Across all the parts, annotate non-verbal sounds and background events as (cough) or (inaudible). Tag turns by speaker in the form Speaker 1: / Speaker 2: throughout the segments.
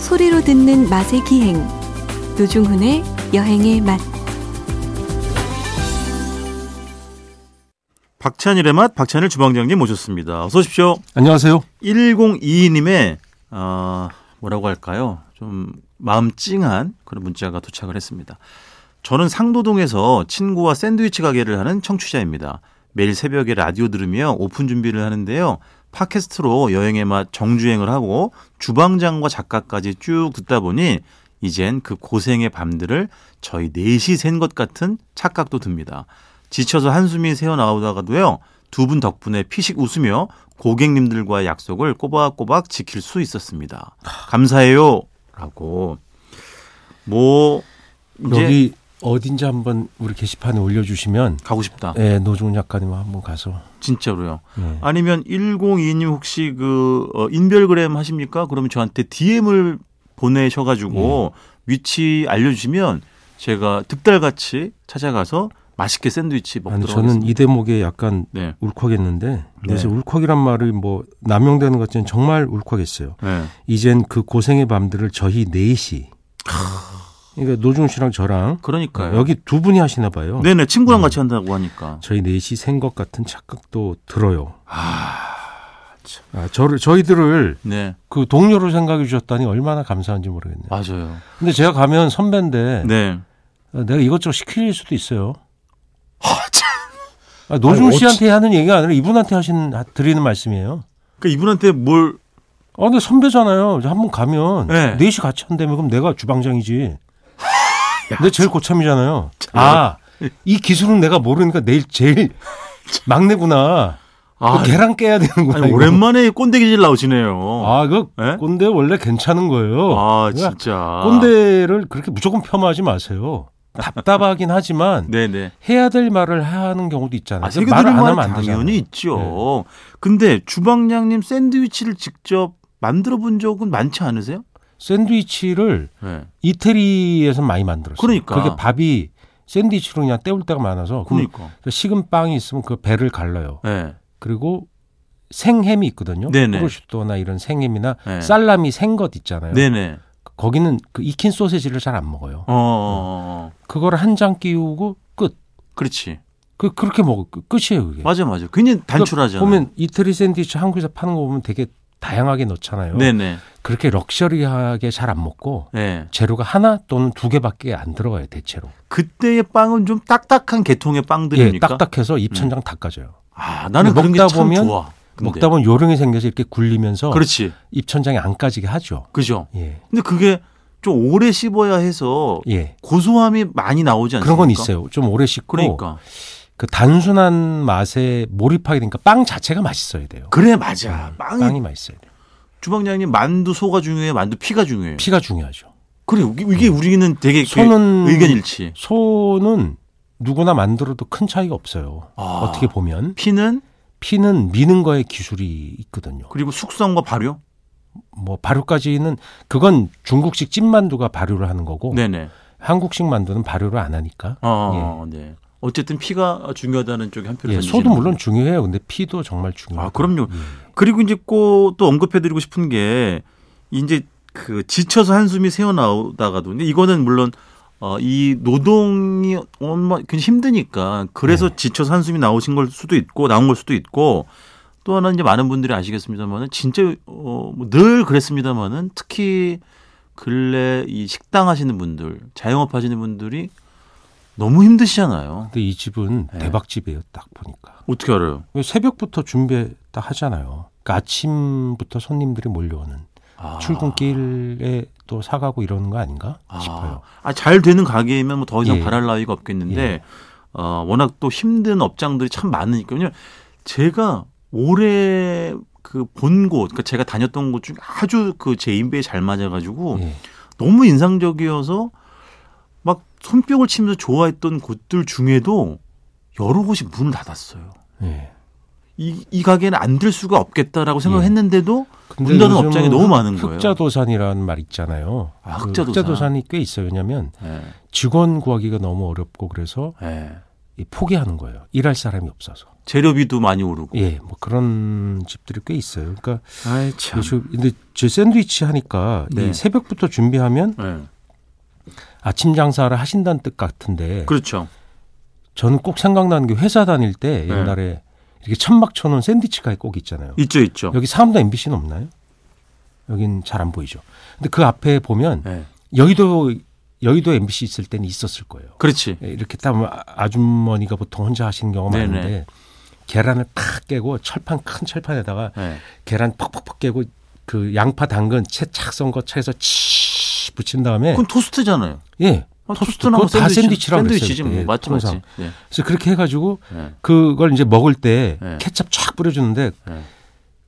Speaker 1: 소리로 듣는 맛의 기행 노중훈의 여행의 맛
Speaker 2: 박찬일의 맛 박찬일 주방장님 모셨습니다. 어서 오십시오.
Speaker 3: 안녕하세요.
Speaker 2: 1022님의 어, 뭐라고 할까요? 좀 마음 찡한 그런 문자가 도착을 했습니다. 저는 상도동에서 친구와 샌드위치 가게를 하는 청취자입니다. 매일 새벽에 라디오 들으며 오픈 준비를 하는데요. 팟캐스트로 여행의 맛 정주행을 하고 주방장과 작가까지 쭉 듣다 보니 이젠 그 고생의 밤들을 저희 넷이 샌 것 같은 착각도 듭니다. 지쳐서 한숨이 새어나오다가도요. 두 분 덕분에 피식 웃으며 고객님들과의 약속을 꼬박꼬박 지킬 수 있었습니다. 감사해요. 라고. 뭐, 이제
Speaker 3: 여기 어딘지 한번 우리 게시판에 올려주시면
Speaker 2: 가고 싶다.
Speaker 3: 예, 노종훈 작가님 한번 가서
Speaker 2: 진짜로요.
Speaker 3: 예.
Speaker 2: 아니면 1022님 혹시 그 어, 인별그램 하십니까? 그러면 저한테 DM을 보내셔가지고
Speaker 3: 네.
Speaker 2: 위치 알려주시면 제가 득달같이 찾아가서 맛있게 샌드위치
Speaker 3: 아니,
Speaker 2: 먹도록
Speaker 3: 저는
Speaker 2: 하겠습니다.
Speaker 3: 이 대목에 약간
Speaker 2: 네.
Speaker 3: 울컥했는데
Speaker 2: 네.
Speaker 3: 요새 울컥이란 말이 뭐 남용되는 것 같지만 정말 울컥했어요.
Speaker 2: 네.
Speaker 3: 이젠 그 고생의 밤들을 저희 넷이 그러니까 노종훈 씨랑 저랑
Speaker 2: 아. 그러니까요.
Speaker 3: 네, 여기 두 분이 하시나 봐요.
Speaker 2: 네네 친구랑 같이 한다고 하니까
Speaker 3: 저희 넷이 센 것 같은 착각도 들어요.
Speaker 2: 아,
Speaker 3: 아, 저를 저희들을
Speaker 2: 네
Speaker 3: 그 동료로 생각해 주셨다니 얼마나 감사한지 모르겠네요.
Speaker 2: 맞아요.
Speaker 3: 근데 제가 가면 선배인데
Speaker 2: 네.
Speaker 3: 어, 내가 이것저것 시킬 수도 있어요.
Speaker 2: 아, 참.
Speaker 3: 아, 노중
Speaker 2: 아니, 어찌-
Speaker 3: 씨한테 하는 얘기가 아니라 이분한테 하신 하- 드리는 말씀이에요.
Speaker 2: 그러니까 이분한테 뭘
Speaker 3: 아, 근데 선배잖아요. 한 번 가면
Speaker 2: 네.
Speaker 3: 넷이 같이 한다면 그럼 내가 주방장이지. 내가 제일 고참이잖아요. 아, 이 기술은 내가 모르니까 내일 제일 막내구나.
Speaker 2: 아,
Speaker 3: 그 계란 깨야 되는구나.
Speaker 2: 아니,
Speaker 3: 이거.
Speaker 2: 오랜만에 꼰대기질 나오시네요. 아,
Speaker 3: 아, 그
Speaker 2: 네? 아,
Speaker 3: 꼰대 원래 괜찮은 거예요. 그러니까
Speaker 2: 진짜
Speaker 3: 꼰대를 그렇게 무조건 폄하하지 마세요. 답답하긴 하지만
Speaker 2: 네네.
Speaker 3: 해야 될 말을 하는 경우도 있잖아요.
Speaker 2: 아, 새겨
Speaker 3: 말을
Speaker 2: 들을
Speaker 3: 안
Speaker 2: 말은
Speaker 3: 하면 안 되잖아요. 네.
Speaker 2: 당연히 있죠. 근데 주방장님 샌드위치를 직접 만들어 본 적은 많지 않으세요?
Speaker 3: 샌드위치를
Speaker 2: 네.
Speaker 3: 이태리에서 많이 만들었어요.
Speaker 2: 그러니까.
Speaker 3: 그게 밥이 샌드위치로 그냥 때울 때가 많아서 그
Speaker 2: 그러니까.
Speaker 3: 식은 빵이 있으면 그 배를 갈라요.
Speaker 2: 네.
Speaker 3: 그리고 생햄이 있거든요.
Speaker 2: 네네.
Speaker 3: 프로슈토나 이런 생햄이나
Speaker 2: 네.
Speaker 3: 살라미 생것 있잖아요.
Speaker 2: 네네.
Speaker 3: 거기는 그 익힌 소세지를 잘 안 먹어요.
Speaker 2: 어, 어, 어.
Speaker 3: 그걸 한 장 끼우고 끝.
Speaker 2: 그렇지.
Speaker 3: 그 그렇게 먹어. 그 끝이에요, 그게.
Speaker 2: 맞아 맞아. 굉장히 단출하잖아요.
Speaker 3: 보면 이태리 샌드위치 한국에서 파는 거 보면 되게 다양하게 넣잖아요.
Speaker 2: 네네.
Speaker 3: 그렇게 럭셔리하게 잘 안 먹고
Speaker 2: 네.
Speaker 3: 재료가 하나 또는 두 개밖에 안 들어가요, 대체로.
Speaker 2: 그때의 빵은 좀 딱딱한 계통의
Speaker 3: 예,
Speaker 2: 빵들이니까.
Speaker 3: 딱딱해서 입천장 닦아져요.
Speaker 2: 아, 나는
Speaker 3: 근데
Speaker 2: 그런 게
Speaker 3: 먹다
Speaker 2: 참
Speaker 3: 보면-
Speaker 2: 좋아. 근데.
Speaker 3: 먹다 보면 어. 요령이 생겨서 이렇게 굴리면서
Speaker 2: 그렇지.
Speaker 3: 입천장이 안 까지게 하죠.
Speaker 2: 그죠.
Speaker 3: 예.
Speaker 2: 근데 그게 좀 오래 씹어야 해서
Speaker 3: 예.
Speaker 2: 고소함이 많이 나오지 않습니까?
Speaker 3: 그런 건 있어요. 좀 오래 씹고
Speaker 2: 그러니까.
Speaker 3: 그 단순한 맛에 몰입하게 되니까 빵 자체가 맛있어야 돼요. 예,
Speaker 2: 그래 맞아. 빵이
Speaker 3: 빵이 맛있어야 돼요.
Speaker 2: 주방장님 만두 소가 중요해, 만두 피가 중요해.
Speaker 3: 피가 중요하죠.
Speaker 2: 그래 이게 이게 우리는 되게 이렇게
Speaker 3: 소는-
Speaker 2: 의견 일치.
Speaker 3: 소는 누구나 만들어도 큰 차이가 없어요.
Speaker 2: 아.
Speaker 3: 어떻게 보면
Speaker 2: 피는
Speaker 3: 피는 미는 거에 기술이 있거든요.
Speaker 2: 그리고 숙성과 발효.
Speaker 3: 뭐 발효까지는 그건 중국식 찐만두가 발효를 하는 거고
Speaker 2: 네네.
Speaker 3: 한국식 만두는 발효를 안 하니까
Speaker 2: 어, 네. 어쨌든 피가 중요하다는 쪽에 한 표를
Speaker 3: 예,
Speaker 2: 던지시는
Speaker 3: 소도 물론
Speaker 2: 거군요.
Speaker 3: 중요해요. 근데 피도 정말 중요해요.
Speaker 2: 아 그럼요. 그리고 이제 꼭또 언급해드리고 싶은 게 이제 그 지쳐서 한숨이 새어 나오다가도 근데 이거는 물론 어, 이 노동이 얼마 굉장히 힘드니까 그래서 지쳐서 한숨이 나오신 걸 수도 있고 나온 걸 수도 있고 또 하나 이제 많은 분들이 아시겠습니다만은 진짜 어, 뭐늘 그랬습니다만은 특히 근래 이 식당 하시는 분들 자영업 하시는 분들이 너무 힘드시잖아요.
Speaker 3: 근데 이 집은
Speaker 2: 예.
Speaker 3: 대박집이에요. 딱 보니까
Speaker 2: 어떻게 알아요?
Speaker 3: 왜 새벽부터 준비 딱 하잖아요. 그러니까 아침부터 손님들이 몰려오는
Speaker 2: 아.
Speaker 3: 출근길에 또 사가고 이러는 거 아닌가 싶어요.
Speaker 2: 아, 잘 되는 가게이면 뭐 더 이상
Speaker 3: 예.
Speaker 2: 바랄 나위가 없겠는데
Speaker 3: 예.
Speaker 2: 어, 워낙 또 힘든 업장들이 참 많으니까 요 제가 올해 그 본 곳, 그러니까 제가 다녔던 곳 중에 아주 그 제 인배에 잘 맞아가지고
Speaker 3: 예.
Speaker 2: 너무 인상적이어서 막 손뼉을 치면서 좋아했던 곳들 중에도 여러 곳이 문을 닫았어요.
Speaker 3: 예.
Speaker 2: 이, 이 가게는 안 들 수가 없겠다라고 생각했는데도
Speaker 3: 근데
Speaker 2: 문 닫은
Speaker 3: 요즘은
Speaker 2: 업장이 너무 많은
Speaker 3: 흑-
Speaker 2: 거예요.
Speaker 3: 흑자도산이라는 말 있잖아요.
Speaker 2: 아,
Speaker 3: 그
Speaker 2: 흑자도산.
Speaker 3: 흑자도산이 꽤 있어요. 왜냐하면
Speaker 2: 예,
Speaker 3: 직원 구하기가 너무 어렵고 그래서
Speaker 2: 예.
Speaker 3: 이 포기하는 거예요. 일할 사람이 없어서.
Speaker 2: 재료비도 많이 오르고.
Speaker 3: 예, 뭐 그런 집들이 꽤 있어요. 그러니까
Speaker 2: 아이 참.
Speaker 3: 요즘 근데 제 샌드위치 하니까 이
Speaker 2: 네.
Speaker 3: 새벽부터 준비하면
Speaker 2: 예.
Speaker 3: 아침 장사를 하신다는 뜻 같은데
Speaker 2: 그렇죠.
Speaker 3: 저는 꼭 생각나는 게 회사 다닐
Speaker 2: 네.
Speaker 3: 때 옛날에 이렇게 천막 쳐놓은 샌드위치가 꼭 있잖아요.
Speaker 2: 있죠, 있죠.
Speaker 3: 여기 사암도 MBC는 없나요? 여긴 잘 안 보이죠. 근데 그 앞에 보면
Speaker 2: 예.
Speaker 3: 여의도 여의도 MBC 있을 때는 있었을 거예요.
Speaker 2: 그렇지.
Speaker 3: 예, 이렇게 딱 아- 아주머니가 보통 혼자 하시는 경우가
Speaker 2: 네네.
Speaker 3: 많은데 계란을 팍 깨고 철판 큰 철판에다가
Speaker 2: 예.
Speaker 3: 계란 퍽퍽퍽 깨고 그 양파 당근 채착 썬 거 채에서 치 붙인 다음에
Speaker 2: 그건 토스트잖아요.
Speaker 3: 예
Speaker 2: 아,
Speaker 3: 토스트
Speaker 2: 토스트나
Speaker 3: 그거
Speaker 2: 뭐
Speaker 3: 다
Speaker 2: 샌드위치,
Speaker 3: 샌드위치라고
Speaker 2: 샌드위치지
Speaker 3: 그랬어요.
Speaker 2: 뭐.
Speaker 3: 예,
Speaker 2: 맞지,
Speaker 3: 통상.
Speaker 2: 맞지. 예.
Speaker 3: 그래서 그렇게 해가지고
Speaker 2: 예.
Speaker 3: 그걸 이제 먹을 때
Speaker 2: 네.
Speaker 3: 케첩 쫙 뿌려주는데
Speaker 2: 네.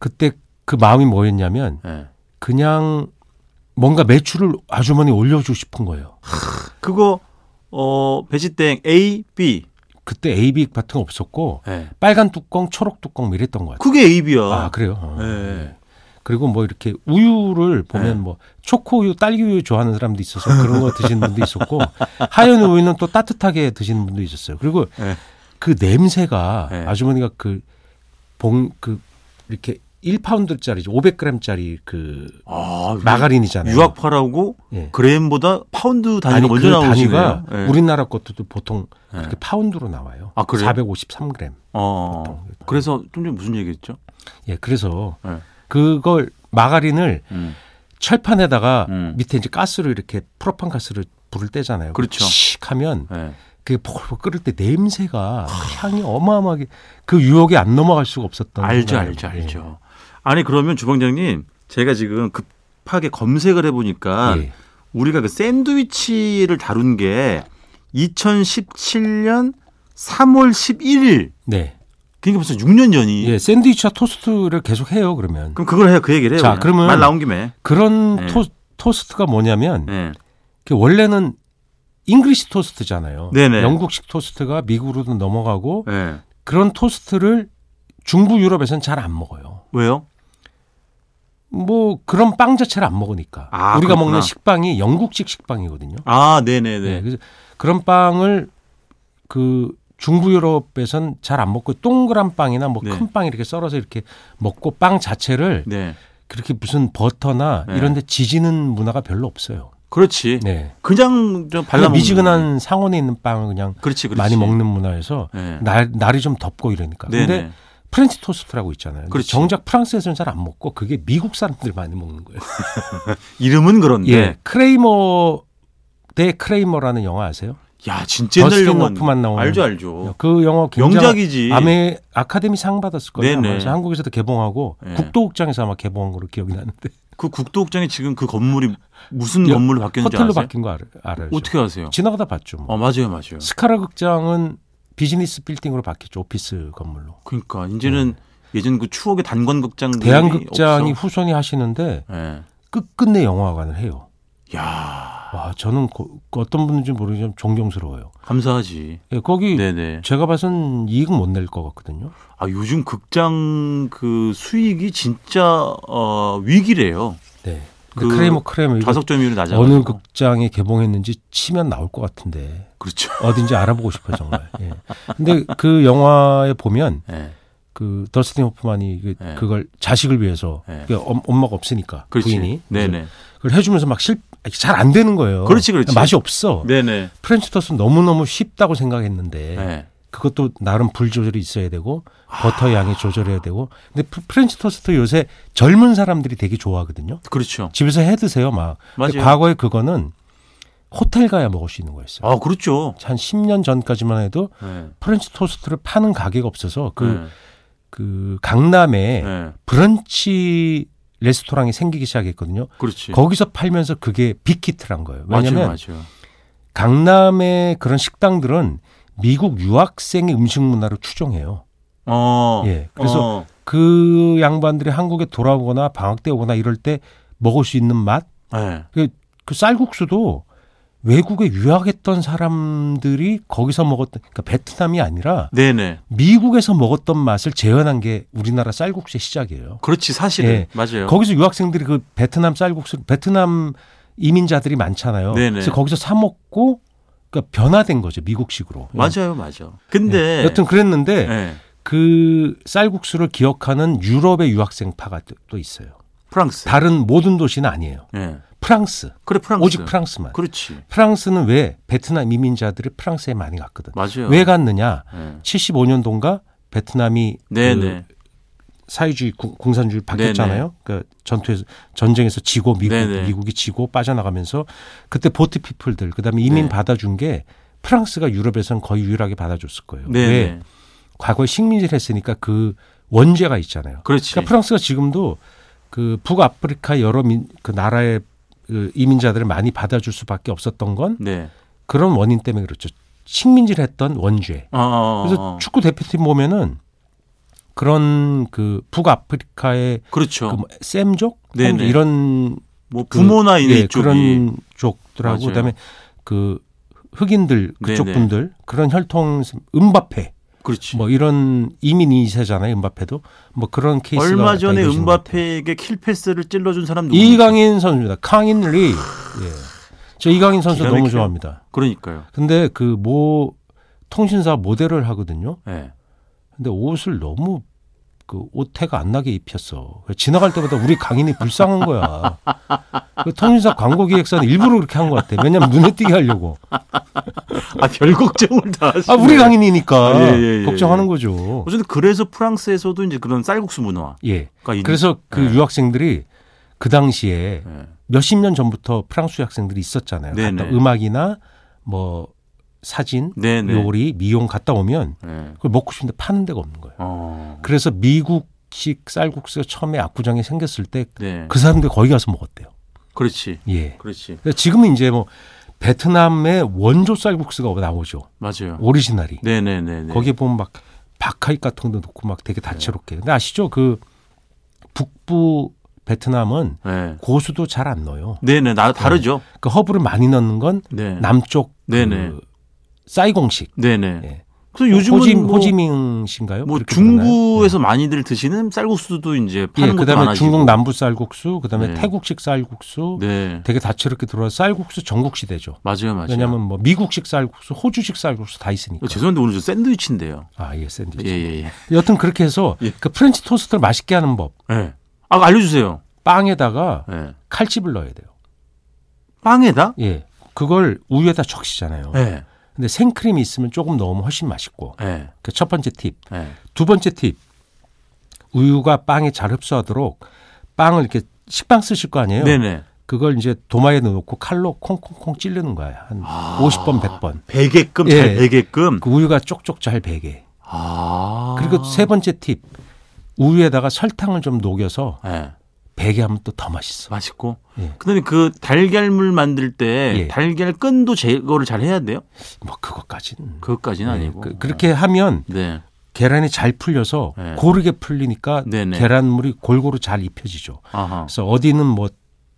Speaker 3: 그때 그 마음이 뭐였냐면
Speaker 2: 예.
Speaker 3: 그냥 뭔가 매출을 아주머니 올려주고 싶은 거예요.
Speaker 2: 그거 어 베지땡 A, B.
Speaker 3: 그때 AB 같은 거 없었고
Speaker 2: 예.
Speaker 3: 빨간 뚜껑, 초록 뚜껑 뭐 이랬던 것 같아요.
Speaker 2: 그게 A, B야.
Speaker 3: 아 그래요. 어.
Speaker 2: 예.
Speaker 3: 그리고 뭐 이렇게 우유를 보면
Speaker 2: 네.
Speaker 3: 뭐 초코우유, 딸기우유 좋아하는 사람도 있어서 그런 거 드시는 분도 있었고 (laughs) 하얀 우유는 또 따뜻하게 드시는 분도 있었어요. 그리고
Speaker 2: 네.
Speaker 3: 그 냄새가
Speaker 2: 네.
Speaker 3: 아주머니가 그 봉 그 이렇게 1파운드짜리 500g짜리 그
Speaker 2: 아,
Speaker 3: 마가린이잖아요.
Speaker 2: 유학파라고
Speaker 3: 예.
Speaker 2: 그램보다 파운드 단위가
Speaker 3: 아니
Speaker 2: 먼저
Speaker 3: 그
Speaker 2: 나오시네요.
Speaker 3: 단위가
Speaker 2: 예.
Speaker 3: 우리나라 것도 또 보통
Speaker 2: 예.
Speaker 3: 그렇게 파운드로 나와요.
Speaker 2: 아, 그래요?
Speaker 3: 453g.
Speaker 2: 어. 그래서 좀 전에 무슨 얘기했죠?
Speaker 3: 예, 그래서
Speaker 2: 예.
Speaker 3: 그걸 마가린을
Speaker 2: 음.
Speaker 3: 철판에다가
Speaker 2: 음.
Speaker 3: 밑에 이제 가스로 이렇게 프로판 가스를 불을 떼잖아요.
Speaker 2: 그렇죠.
Speaker 3: 씩 하면
Speaker 2: 예.
Speaker 3: 그게 폴폴 끓을 때 냄새가 향이 어마어마하게 그 유혹에 안 넘어갈 수가 없었던
Speaker 2: 알죠,
Speaker 3: 생각이
Speaker 2: 알죠,
Speaker 3: 예.
Speaker 2: 알죠. 아니 그러면 주방장님, 제가 지금 급하게 검색을 해보니까
Speaker 3: 예.
Speaker 2: 우리가 그 샌드위치를 다룬 게 2017년 3월 11일,
Speaker 3: 네.
Speaker 2: 그러니까 벌써 6년 전이.
Speaker 3: 예, 샌드위치와 토스트를 계속 해요, 그러면.
Speaker 2: 그럼 그걸 해요, 그 얘기를 해요.
Speaker 3: 자,
Speaker 2: 그냥.
Speaker 3: 그러면-
Speaker 2: 말 나온 김에.
Speaker 3: 그, 런
Speaker 2: 네.
Speaker 3: 토, 토스트가 뭐냐면
Speaker 2: 네.
Speaker 3: 그 원래는 잉글리시 토스트잖아요.
Speaker 2: 네네.
Speaker 3: 영국식 토스트가 미국으로도 넘어가고
Speaker 2: 네.
Speaker 3: 그런 토스트를 중부 유럽에서는 잘 안 먹어요.
Speaker 2: 왜요?
Speaker 3: 뭐 그런 빵 자체를 안 먹으니까
Speaker 2: 아,
Speaker 3: 우리가
Speaker 2: 그렇구나.
Speaker 3: 먹는 식빵이 영국식 식빵이거든요.
Speaker 2: 아, 네, 네,
Speaker 3: 네.
Speaker 2: 네.
Speaker 3: 그래서 그런 빵을 그 중부 유럽에선 잘 안 먹고 동그란 빵이나 뭐
Speaker 2: 네.
Speaker 3: 큰 빵 이렇게 썰어서 이렇게 먹고 빵 자체를
Speaker 2: 네.
Speaker 3: 그렇게 무슨 버터나
Speaker 2: 네.
Speaker 3: 이런 데 지지는 문화가 별로 없어요.
Speaker 2: 그렇지.
Speaker 3: 네.
Speaker 2: 그냥 좀 발라
Speaker 3: 그냥
Speaker 2: 먹는.
Speaker 3: 미지근한 상온에 있는 빵을 그냥
Speaker 2: 그렇지, 그렇지.
Speaker 3: 많이 먹는 문화에서
Speaker 2: 네.
Speaker 3: 날, 날이 좀 덥고 이러니까.
Speaker 2: 네,
Speaker 3: 그러니까. 근데
Speaker 2: 네.
Speaker 3: 프렌치 토스트라고 있잖아요. 근데
Speaker 2: 그렇지.
Speaker 3: 정작 프랑스에서는 잘 안 먹고 그게 미국 사람들 많이 먹는 거예요.
Speaker 2: 이름은 그런데.
Speaker 3: 예. 크레이머 대 크레이머라는 영화 아세요?
Speaker 2: 야, 진짜 옛날
Speaker 3: 더스틴
Speaker 2: 영화.
Speaker 3: 호프만 나오는.
Speaker 2: 알죠, 알죠.
Speaker 3: 그 영화 굉장히
Speaker 2: 어. 명작이지.
Speaker 3: 아메 아카데미 상 받았을 거예요.
Speaker 2: 네네.
Speaker 3: 아마. 그래서 한국에서도 개봉하고
Speaker 2: 네.
Speaker 3: 국도극장에서 아마 개봉한 걸로
Speaker 2: (laughs)
Speaker 3: 기억이 나는데
Speaker 2: 그 국도극장이 지금 그 건물이 무슨
Speaker 3: 여-
Speaker 2: 건물로 바뀌었는지
Speaker 3: 예, 호텔로
Speaker 2: 아세요?
Speaker 3: 바뀐 거 알아, 알아요.
Speaker 2: 어떻게 아세요?
Speaker 3: 지나가다 봤죠. 뭐.
Speaker 2: 아 맞아요, 맞아요.
Speaker 3: 스카라 극장은 비즈니스 빌딩으로 바뀌었죠. 오피스 건물로.
Speaker 2: 그러니까 이제는 예전 그 추억의 단관극장
Speaker 3: 네. 대한극장이 후손이 하시는데
Speaker 2: 예.
Speaker 3: 끝끝내 영화관을 해요.
Speaker 2: 야
Speaker 3: 와 저는 그- 그 어떤 분인지 모르지만 존경스러워요.
Speaker 2: 감사하지.
Speaker 3: 예, 거기
Speaker 2: 네네.
Speaker 3: 제가 봐선 이익 못 낼 것 같거든요.
Speaker 2: 아 요즘 극장 그 수익이 진짜 어, 위기래요.
Speaker 3: 네.
Speaker 2: 그
Speaker 3: 크레이머 크레이머 이거
Speaker 2: 좌석 점유율이 낮아.
Speaker 3: 어느 극장에 개봉했는지 치면 나올 것 같은데 (laughs)
Speaker 2: 그렇죠.
Speaker 3: 어딘지 알아보고 싶어 정말. 예. 근데 그 영화에 보면
Speaker 2: 예.
Speaker 3: 그 더스틴 호프만이 그,
Speaker 2: 네.
Speaker 3: 그걸 자식을 위해서
Speaker 2: 네.
Speaker 3: 그 엄- 엄마가 없으니까
Speaker 2: 그렇지.
Speaker 3: 부인이
Speaker 2: 네네.
Speaker 3: 그걸 해주면서 막잘안 되는 거예요. 그러니까
Speaker 2: 그렇지, 그렇지.
Speaker 3: 맛이 없어.
Speaker 2: 네네.
Speaker 3: 프렌치 토스는 너무 너무 쉽다고 생각했는데
Speaker 2: 예.
Speaker 3: 그것도 나름 불 조절이 있어야 되고
Speaker 2: 아.
Speaker 3: 버터 양이 조절해야 되고 근데 프- 프렌치 토스트 요새 젊은 사람들이 되게 좋아하거든요.
Speaker 2: 그렇죠.
Speaker 3: 집에서 해 드세요 막. 근데
Speaker 2: 맞아요.
Speaker 3: 과거에 그거는 호텔 가야 먹을 수 있는 거였어요.
Speaker 2: 아 그렇죠.
Speaker 3: 한 10년 전까지만 해도
Speaker 2: 예.
Speaker 3: 프렌치 토스트를 파는 가게가 없어서 그,
Speaker 2: 예.
Speaker 3: 그 강남에
Speaker 2: 예.
Speaker 3: 브런치 레스토랑이 생기기 시작했거든요.
Speaker 2: 그렇지.
Speaker 3: 거기서 팔면서 그게 빅히트란 거예요.
Speaker 2: 네. 맞아요,
Speaker 3: 왜냐하면
Speaker 2: 맞아요.
Speaker 3: 강남의 그런 식당들은 미국 유학생의 음식 문화를 추종해요.
Speaker 2: 어.
Speaker 3: 예, 그래서
Speaker 2: 어.
Speaker 3: 그 양반들이 한국에 돌아오거나 방학 때 오거나 이럴 때 먹을 수 있는 맛,
Speaker 2: 예.
Speaker 3: 그 쌀국수도 외국에 유학했던 사람들이 거기서 먹었던, 그러니까 베트남이 아니라
Speaker 2: 네네.
Speaker 3: 미국에서 먹었던 맛을 재현한 게 우리나라 쌀국수의 시작이에요.
Speaker 2: 그렇지 사실은
Speaker 3: 예.
Speaker 2: 맞아요.
Speaker 3: 거기서 유학생들이 그 베트남 쌀국수, 베트남 이민자들이 많잖아요.
Speaker 2: 네네.
Speaker 3: 그래서 거기서 사 먹고 그러니까 변화된 거죠 미국식으로. 예.
Speaker 2: 맞아요, 네. 맞아. 근데
Speaker 3: 여튼 그랬는데
Speaker 2: 예,
Speaker 3: 그 쌀국수를 기억하는 유럽의 유학생 파가 또- 또 있어요.
Speaker 2: 프랑스.
Speaker 3: 다른 모든 도시는 아니에요.
Speaker 2: 예.
Speaker 3: 프랑스.
Speaker 2: 그래 프랑스.
Speaker 3: 오직 프랑스만.
Speaker 2: 그렇지.
Speaker 3: 프랑스는 왜 베트남 이민자들이 프랑스에 많이 갔거든.
Speaker 2: 맞아요.
Speaker 3: 왜 갔느냐?
Speaker 2: 예.
Speaker 3: 75년도인가 베트남이
Speaker 2: 네,
Speaker 3: 그
Speaker 2: 네.
Speaker 3: 사회주의 구- 공산주의 바뀌었잖아요. 그 전투에서 전쟁에서 지고 미국
Speaker 2: 네네.
Speaker 3: 미국이 지고 빠져나가면서 그때 보트 피플들 그다음에 이민
Speaker 2: 네.
Speaker 3: 받아준 게 프랑스가 유럽에선 거의 유일하게 받아줬을 거예요.
Speaker 2: 네,
Speaker 3: 왜
Speaker 2: 네.
Speaker 3: 과거에 식민지를 했으니까 그 원죄가 있잖아요.
Speaker 2: 그렇지.
Speaker 3: 그러니까 프랑스가 지금도 그 북아프리카 여러 민, 그 나라의 그 이민자들을 많이 받아줄 수밖에 없었던 건
Speaker 2: 네.
Speaker 3: 그런 원인 때문에 그렇죠. 식민지를 했던 원죄.
Speaker 2: 어, 어, 어,
Speaker 3: 그래서
Speaker 2: 어.
Speaker 3: 축구 대표팀 보면은 그런 그 북아프리카의
Speaker 2: 그렇죠.
Speaker 3: 그뭐 셈족
Speaker 2: 네네.
Speaker 3: 형제 이런
Speaker 2: 뭐 부모나 이네
Speaker 3: 예,
Speaker 2: 쪽이
Speaker 3: 그런 족들하고
Speaker 2: 맞아요.
Speaker 3: 그다음에 그 흑인들 그쪽
Speaker 2: 네네.
Speaker 3: 분들 그런 혈통 음바페
Speaker 2: 그렇지.
Speaker 3: 뭐 이런 이민 이세잖아요 음바페도 뭐 그런 케이스가
Speaker 2: 얼마 전에
Speaker 3: 밝혀진 것 같아요.
Speaker 2: 음바페에게 킬패스를 찔러준 사람 누구?
Speaker 3: 이강인 선수입니다 강인 리 예. 저 이강인 선수
Speaker 2: 기가
Speaker 3: 너무
Speaker 2: 막혀요.
Speaker 3: 좋아합니다
Speaker 2: 그러니까요.
Speaker 3: 근데 그 모 통신사 모델을 하거든요
Speaker 2: 예.
Speaker 3: 근데 옷을 너무 그 옷태가 안 나게 입혔어. 그래서 지나갈 때마다 우리 강인이 불쌍한 거야. 그 통신사 광고 기획사는 일부러 그렇게 한 것 같아. 왜냐면 눈에 띄게 하려고.
Speaker 2: 아, 별 걱정을 다 하시네.
Speaker 3: 아, 우리 강인이니까
Speaker 2: 아, 예, 예, 예,
Speaker 3: 걱정하는
Speaker 2: 예.
Speaker 3: 거죠.
Speaker 2: 어쨌든 그래서 프랑스에서도 이제 그런 쌀국수 문화가
Speaker 3: 예.
Speaker 2: 있는
Speaker 3: 그래서 그
Speaker 2: 네.
Speaker 3: 유학생들이 그 당시에
Speaker 2: 예.
Speaker 3: 몇십 년 전부터 프랑스 유학생들이 있었잖아요.
Speaker 2: 네네.
Speaker 3: 갔다 음악이나 뭐 사진,
Speaker 2: 네네.
Speaker 3: 요리, 미용 갔다 오면
Speaker 2: 예.
Speaker 3: 그걸 먹고 싶은데 파는 데가 없는 거예요.
Speaker 2: 어.
Speaker 3: 그래서 미국식 쌀국수가 처음에 압구정에 생겼을 때
Speaker 2: 네.
Speaker 3: 그 사람들 거기 가서 먹었대요.
Speaker 2: 그렇지.
Speaker 3: 예.
Speaker 2: 그렇지.
Speaker 3: 그러니까 지금은 이제 뭐 베트남의 원조 쌀국수가 나오죠.
Speaker 2: 맞아요.
Speaker 3: 오리지널이.
Speaker 2: 네, 네, 네, 네.
Speaker 3: 거기에 보면 막 박하이 같은 것도 넣고 막 되게 다채롭게. 근데 아시죠? 그 북부 베트남은
Speaker 2: 네.
Speaker 3: 고수도 잘 안 넣어요.
Speaker 2: 네, 네. 나 다르죠.
Speaker 3: 그 허브를 많이 넣는 건
Speaker 2: 네.
Speaker 3: 남쪽
Speaker 2: 네네.
Speaker 3: 그 쌀공식.
Speaker 2: 네, 네.
Speaker 3: 예.
Speaker 2: 그래서 요즘은
Speaker 3: 호지,
Speaker 2: 뭐,
Speaker 3: 호지민신가요?
Speaker 2: 뭐
Speaker 3: 그렇게 부르나요?
Speaker 2: 중국에서 많이들 드시는 쌀국수도 이제
Speaker 3: 예,
Speaker 2: 파는 것도
Speaker 3: 그다음에
Speaker 2: 많아지고.
Speaker 3: 중국 남부 쌀국수, 그다음에
Speaker 2: 네.
Speaker 3: 태국식 쌀국수,
Speaker 2: 네.
Speaker 3: 되게 다채롭게 들어와서 쌀국수 전국 시대죠.
Speaker 2: 맞아요, 맞아요.
Speaker 3: 왜냐하면 뭐 미국식 쌀국수, 호주식 쌀국수 다 있으니까.
Speaker 2: 어, 죄송한데 오늘 저 샌드위치인데요.
Speaker 3: 아, 예, 샌드위치.
Speaker 2: 예, 예,
Speaker 3: 여튼 그렇게 해서
Speaker 2: 예.
Speaker 3: 그 프렌치 토스트를 맛있게 하는 법.
Speaker 2: 예. 예. 아, 알려 주세요.
Speaker 3: 빵에다가
Speaker 2: 예.
Speaker 3: 칼집을 넣어야 돼요.
Speaker 2: 빵에다?
Speaker 3: 예. 그걸 우유에다 적시잖아요.
Speaker 2: 예.
Speaker 3: 근데 생크림이 있으면 조금 넣으면 훨씬 맛있고.
Speaker 2: 예.
Speaker 3: 그 첫 번째 팁.
Speaker 2: 예.
Speaker 3: 두 번째 팁. 우유가 빵에 잘 흡수하도록 빵을 이렇게 식빵 쓰실 거 아니에요?
Speaker 2: 네, 네.
Speaker 3: 그걸 이제 도마에 넣어놓고 칼로 콩콩콩 찌르는 거야. 한
Speaker 2: 아.
Speaker 3: 50번, 100번.
Speaker 2: 배게끔
Speaker 3: 예.
Speaker 2: 잘 배게끔.
Speaker 3: 그 우유가 쪽쪽 잘 배게.
Speaker 2: 아.
Speaker 3: 그리고 세 번째 팁. 우유에다가 설탕을 좀 녹여서
Speaker 2: 예.
Speaker 3: 배게 하면 또 더 맛있어.
Speaker 2: 맛있고.
Speaker 3: 예.
Speaker 2: 그다음에 그 달걀물 만들 때
Speaker 3: 예.
Speaker 2: 달걀 끈도 제거를 잘 해야 돼요.
Speaker 3: 뭐 그것까지는.
Speaker 2: 그것까지는 아니고.
Speaker 3: 네, 그, 렇게 하면
Speaker 2: 네.
Speaker 3: 계란이 잘 풀려서
Speaker 2: 네.
Speaker 3: 고르게 풀리니까
Speaker 2: 네네.
Speaker 3: 계란물이 골고루 잘 입혀지죠.
Speaker 2: 아하.
Speaker 3: 그래서 어디는 뭐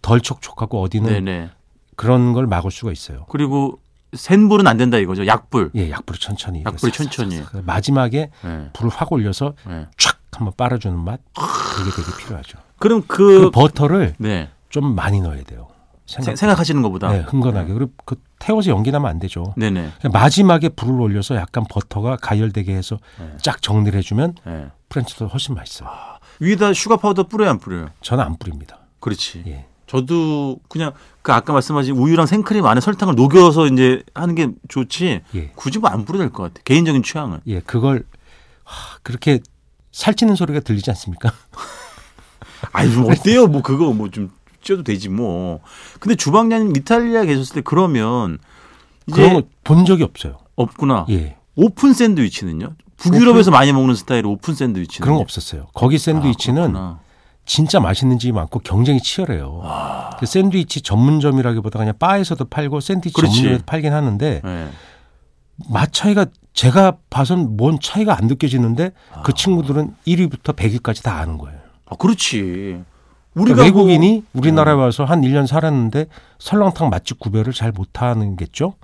Speaker 3: 덜 촉촉하고 어디는
Speaker 2: 네네.
Speaker 3: 그런 걸 막을 수가 있어요.
Speaker 2: 그리고 센 불은 안 된다 이거죠. 약불.
Speaker 3: 예, 약불을 천천히.
Speaker 2: 약불을
Speaker 3: 싹싹싹싹.
Speaker 2: 천천히.
Speaker 3: 마지막에
Speaker 2: 예.
Speaker 3: 불을 확 올려서
Speaker 2: 예.
Speaker 3: 촥 한번 빨아주는 맛. 그게 되게 필요하죠.
Speaker 2: 그럼
Speaker 3: 그
Speaker 2: 그,
Speaker 3: 버터를
Speaker 2: 네.
Speaker 3: 좀 많이 넣어야 돼요.
Speaker 2: 세-
Speaker 3: 생각,
Speaker 2: 생각하시는 것보다.
Speaker 3: 네, 흥건하게. 그리고 그 태워서 연기 나면 안 되죠.
Speaker 2: 네네.
Speaker 3: 그냥 마지막에 불을 올려서 약간 버터가 가열되게 해서
Speaker 2: 네. 아.
Speaker 3: 쫙 정리를 해주면
Speaker 2: 예.
Speaker 3: 프렌치도 훨씬 맛있어요.
Speaker 2: 위에다 슈가 파우더 뿌려요, 안 뿌려요?
Speaker 3: 저는 안 뿌립니다.
Speaker 2: 그렇지.
Speaker 3: 예.
Speaker 2: 저도 그냥 그 아까 말씀하신 우유랑 생크림 안에 설탕을 녹여서 이제 하는 게 좋지.
Speaker 3: 예.
Speaker 2: 굳이 뭐 안 뿌려도 될 것 같아. 개인적인 취향은.
Speaker 3: 예, 그걸 하, 그렇게 살찌는 소리가 들리지 않습니까?
Speaker 2: 아니 뭐 어때요? 뭐 그거 뭐 좀 쪄도 되지 뭐. 근데 주방장님 이탈리아 계셨을 때 그러면 (laughs) 이제 아.
Speaker 3: 그런 걸 본 적이 없어요.
Speaker 2: 없구나.
Speaker 3: 예.
Speaker 2: 오픈 샌드위치는요? 북유럽에서 많이 먹는 스타일의 오픈 샌드위치는
Speaker 3: 그런 거 없었어요. 거기 샌드위치는
Speaker 2: 아,
Speaker 3: 진짜 맛있는 집이 많고 경쟁이 치열해요.
Speaker 2: 아.
Speaker 3: 그 샌드위치 전문점이라기보다 그냥 바에서도 팔고 샌드위치
Speaker 2: 그렇지.
Speaker 3: 전문점에서 팔긴 하는데
Speaker 2: 그렇구나. 예.
Speaker 3: 맛 차이가 제가 봐선 뭔 차이가 안 느껴지는데 그 친구들은 1위부터 100위까지 다 아는 거예요.
Speaker 2: 아, 그렇지.
Speaker 3: 그러니까
Speaker 2: 우리가 뭐 음.
Speaker 3: 외국인이 우리나라에 와서 한 1년 살았는데 설렁탕 맛집 구별을 잘 못하는겠죠?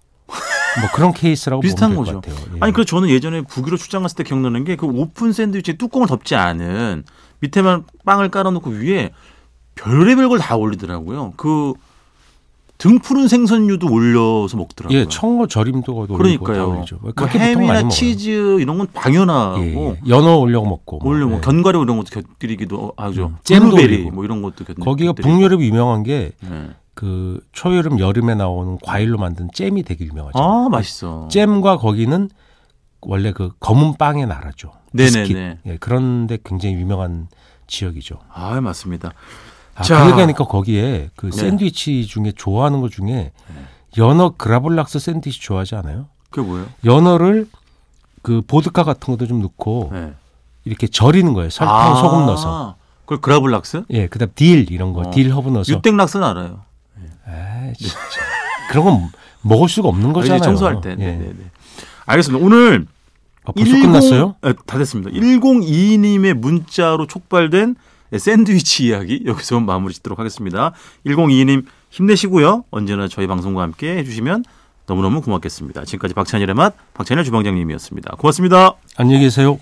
Speaker 3: 뭐 그런 케이스라고
Speaker 2: 비슷한
Speaker 3: 보면 될
Speaker 2: 거죠.
Speaker 3: 것 같아요. 예.
Speaker 2: 아니 그래서 저는 예전에 북유럽 출장 갔을 때 기억나는 게 그 오픈 샌드위치 뚜껑을 덮지 않은 밑에만 빵을 깔아놓고 위에 별의별 걸 다 올리더라고요. 그 등 푸른 생선류도 올려서 먹더라고요.
Speaker 3: 예, 청어 절임도 거도
Speaker 2: 그러니까요.
Speaker 3: 올리고
Speaker 2: 뭐
Speaker 3: 그렇게 보통 많이
Speaker 2: 햄이나
Speaker 3: 먹어요.
Speaker 2: 치즈 이런 건 당연하고
Speaker 3: 예, 예. 연어 올려 먹고 뭐.
Speaker 2: 올려 뭐
Speaker 3: 예.
Speaker 2: 견과류 이런 것도 곁들이기도 하죠.
Speaker 3: 음, 잼도
Speaker 2: 블루베리
Speaker 3: 올리고.
Speaker 2: 뭐 이런 것도 곁들이고.
Speaker 3: 거기가 북유럽이 유명한
Speaker 2: 네.
Speaker 3: 게 그 초여름 여름에 나오는 과일로 만든 잼이 되게 유명하죠.
Speaker 2: 아 맛있어.
Speaker 3: 잼과 거기는 원래 그 검은 빵의 나라죠.
Speaker 2: 네네네.
Speaker 3: 비스킷. 예, 그런데 굉장히 유명한 지역이죠.
Speaker 2: 아 맞습니다.
Speaker 3: 아,
Speaker 2: 자.
Speaker 3: 그 얘기하니까 거기에 그
Speaker 2: 네.
Speaker 3: 샌드위치 중에 좋아하는 것 중에 연어 그라블락스 샌드위치 좋아하지 않아요?
Speaker 2: 그게 뭐예요?
Speaker 3: 연어를 그 보드카 같은 것도 좀 넣고
Speaker 2: 네.
Speaker 3: 이렇게 절이는 거예요. 설탕,
Speaker 2: 아,
Speaker 3: 소금 넣어서.
Speaker 2: 그걸 그라블락스?
Speaker 3: 예, 그다음 딜 이런 거,
Speaker 2: 어.
Speaker 3: 딜 허브 넣어서.
Speaker 2: 유땡락스는 알아요.
Speaker 3: 아, 진짜. 그런 건 먹을 수가 없는
Speaker 2: 아, 이제
Speaker 3: 거잖아요.
Speaker 2: 청소할 때.
Speaker 3: 예.
Speaker 2: 네, 네, 네. 알겠습니다. 오늘
Speaker 3: 아, 벌써
Speaker 2: 10
Speaker 3: 끝났어요?
Speaker 2: 네, 다 됐습니다. 1022님의 문자로 촉발된 샌드위치 이야기 여기서 마무리 짓도록 하겠습니다. 1022님 힘내시고요. 언제나 저희 방송과 함께 해주시면 너무너무 고맙겠습니다. 지금까지 박찬일의 맛 박찬일 주방장님이었습니다. 고맙습니다.
Speaker 3: 안녕히 계세요.